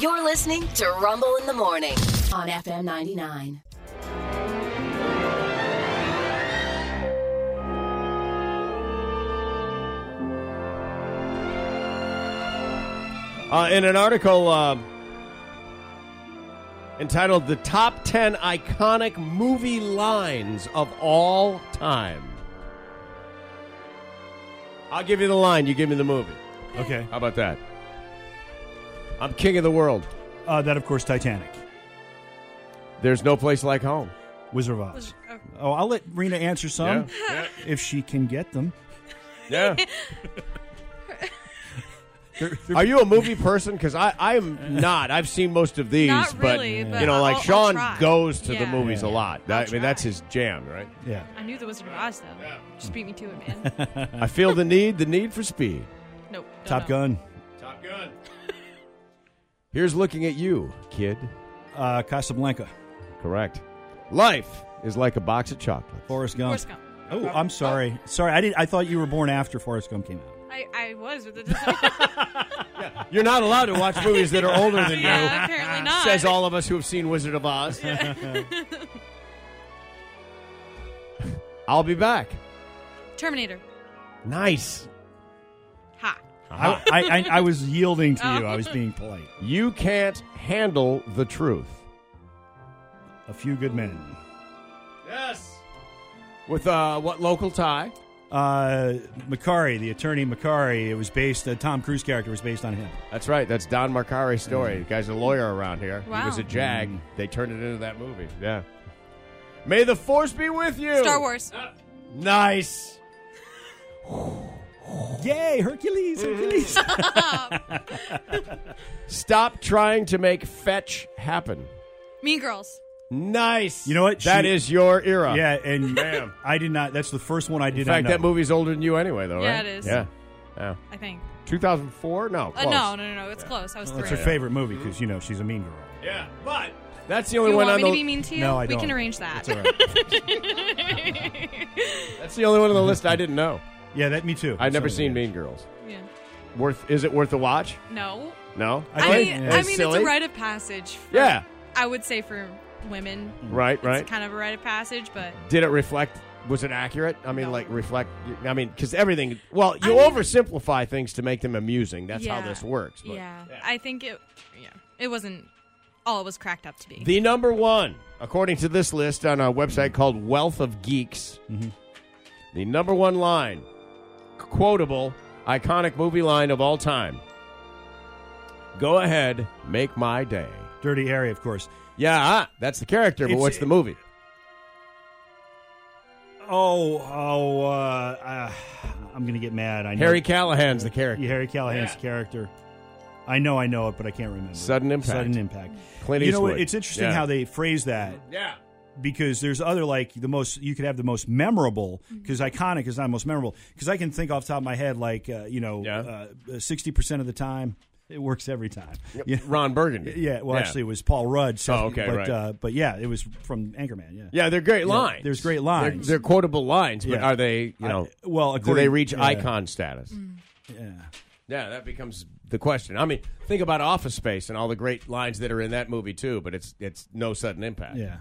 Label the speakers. Speaker 1: You're listening to Rumble in the Morning on FM 99.
Speaker 2: Uh, in an article um, entitled The Top 10 Iconic Movie Lines of All Time. I'll give you the line, you give me the movie.
Speaker 3: Okay.
Speaker 2: How about that? I'm king of the world.
Speaker 3: Uh, that, of course, Titanic.
Speaker 2: There's no place like home.
Speaker 3: Wizard of Oz.
Speaker 4: uh,
Speaker 3: Oh, I'll let Rena answer some
Speaker 2: Yeah.
Speaker 3: if she can get them.
Speaker 2: Yeah. Are you a movie person? Because I, I'm not. I've seen most of these,
Speaker 4: Not really,
Speaker 2: but,
Speaker 4: but
Speaker 2: you know,
Speaker 4: I'll-
Speaker 2: like
Speaker 4: I'll
Speaker 2: Sean
Speaker 4: try.
Speaker 2: goes to the
Speaker 4: Yeah.
Speaker 2: movies a
Speaker 3: Yeah.
Speaker 2: lot. I mean, that's his jam, right?
Speaker 3: Yeah.
Speaker 4: I knew the Wizard of Oz though. Just beat me to it, man.
Speaker 2: I feel the need, the need for speed.
Speaker 4: nope. don't
Speaker 3: Top
Speaker 4: know.
Speaker 3: Gun,
Speaker 2: Top Gun. Here's looking at you, kid.
Speaker 3: uh, Casablanca,
Speaker 2: Correct. Life is like a box of chocolates.
Speaker 3: Forrest Gump.
Speaker 4: Forrest Gump.
Speaker 3: Oh, I'm sorry. Sorry, I did. I thought you were born after Forrest Gump came out.
Speaker 4: I, I was, but that doesn't.
Speaker 2: You're not allowed to watch movies that are older than
Speaker 4: yeah,
Speaker 3: Ah,
Speaker 4: apparently
Speaker 2: you,
Speaker 4: not.
Speaker 2: says all of us who have seen Wizard of Oz. I'll be back.
Speaker 4: Terminator.
Speaker 2: Nice.
Speaker 4: Ha.
Speaker 2: Uh-huh.
Speaker 3: I, I, I, I was yielding to you. I
Speaker 4: Oh.
Speaker 3: was being polite.
Speaker 2: You can't handle the truth.
Speaker 3: A few good men.
Speaker 2: Yes. With uh, what local tie?
Speaker 3: Uh, Macari, the attorney Macari, it was based. Uh, Tom Cruise character was based on him.
Speaker 2: That's right. That's Don Marcari's story.
Speaker 3: Mm.
Speaker 2: The guy's a lawyer around here. He
Speaker 4: Wow.
Speaker 2: was a jag. They turned it into that movie. Yeah. May the force be with you.
Speaker 4: Star Wars.
Speaker 2: Nice.
Speaker 3: Yay, Hercules!
Speaker 4: Mm-hmm.
Speaker 3: Hercules.
Speaker 2: Stop trying to make fetch happen.
Speaker 4: mean Girls.
Speaker 2: Nice.
Speaker 3: You know what?
Speaker 2: That
Speaker 3: She-
Speaker 2: is your era.
Speaker 3: yeah, and
Speaker 2: Bam.
Speaker 3: I did not. That's the first one I did
Speaker 2: In fact,
Speaker 3: not know.
Speaker 2: that movie's older than you anyway, though,
Speaker 4: Yeah,
Speaker 2: right?
Speaker 4: it is.
Speaker 2: Yeah. Yeah.
Speaker 4: I think.
Speaker 2: 2004? No.
Speaker 4: Uh,
Speaker 2: Close.
Speaker 4: no, no, no, no. It's close. I was
Speaker 3: Well, that's
Speaker 4: three.
Speaker 3: her favorite
Speaker 4: Mm-hmm.
Speaker 3: movie because you know she's a mean girl.
Speaker 2: Yeah, but that's the only
Speaker 4: You
Speaker 2: one
Speaker 4: want
Speaker 2: on
Speaker 4: me
Speaker 2: the
Speaker 4: to be mean to you?
Speaker 3: No, I
Speaker 4: We
Speaker 3: don't.
Speaker 4: can arrange that.
Speaker 3: That's all right.
Speaker 2: that's the only one on the list I didn't know.
Speaker 3: yeah, that me too.
Speaker 2: I've never
Speaker 3: So-
Speaker 2: seen Mean Girls.
Speaker 4: yeah.
Speaker 2: Worth is it worth a watch?
Speaker 4: No.
Speaker 2: No.
Speaker 3: I
Speaker 4: I
Speaker 3: think-
Speaker 4: mean,
Speaker 3: yeah.
Speaker 4: I
Speaker 2: It's
Speaker 4: mean, it's
Speaker 2: silly.
Speaker 4: a rite of passage. For,
Speaker 2: Yeah.
Speaker 4: I would say for women,
Speaker 2: Right, right.
Speaker 4: it's kind of a rite of passage, but
Speaker 2: Did it reflect? Was it accurate? I mean,
Speaker 4: No.
Speaker 2: like reflect. I mean, because everything. Well, you
Speaker 4: I mean-
Speaker 2: oversimplify things to make them amusing. That's how
Speaker 4: yeah.
Speaker 2: this works. but-
Speaker 4: Yeah. I think it. Yeah, it wasn't all it was cracked up to be.
Speaker 2: The number one, according to this list on a website called Wealth of Geeks,
Speaker 3: Mm-hmm.
Speaker 2: the number one line, quotable, iconic movie line of all time. Go ahead, make my day.
Speaker 3: Dirty Harry, of course.
Speaker 2: Yeah, ah, that's the character, but
Speaker 3: It's-
Speaker 2: what's the movie?
Speaker 3: Oh, oh, uh, uh, I'm gonna get mad. I know
Speaker 2: Harry Callahan's the
Speaker 3: Yeah,
Speaker 2: character.
Speaker 3: Harry Callahan's character. I know, I know it, but I can't remember.
Speaker 2: Sudden Impact.
Speaker 3: Sudden impact.
Speaker 2: Clint
Speaker 3: you know what?
Speaker 2: Eastwood.
Speaker 3: It's interesting
Speaker 2: Yeah.
Speaker 3: how they phrase that
Speaker 2: Yeah.
Speaker 3: because there's other like the most you could have the most memorable because iconic is not most memorable because I can think off the top of my head like uh,
Speaker 2: Yeah.
Speaker 3: you know uh, sixty percent of the time it works every time. Yeah.
Speaker 2: Ron Burgundy.
Speaker 3: Yeah, well, actually, it was Paul Rudd. So,
Speaker 2: Oh, okay,
Speaker 3: but,
Speaker 2: right.
Speaker 3: uh, but yeah, it was from Anchorman. Yeah,
Speaker 2: Yeah, they're great
Speaker 3: Yeah,
Speaker 2: lines.
Speaker 3: there's great
Speaker 2: They're-
Speaker 3: lines.
Speaker 2: They're, quotable lines, but
Speaker 3: Yeah.
Speaker 2: are they, you know,
Speaker 3: I- well,
Speaker 2: do they
Speaker 3: according-
Speaker 2: reach
Speaker 3: yeah.
Speaker 2: icon status?
Speaker 3: yeah.
Speaker 2: Yeah, that becomes the question. I mean, think about Office Space and all the great lines that are in that movie too, but it's it's no sudden impact.
Speaker 3: Yeah.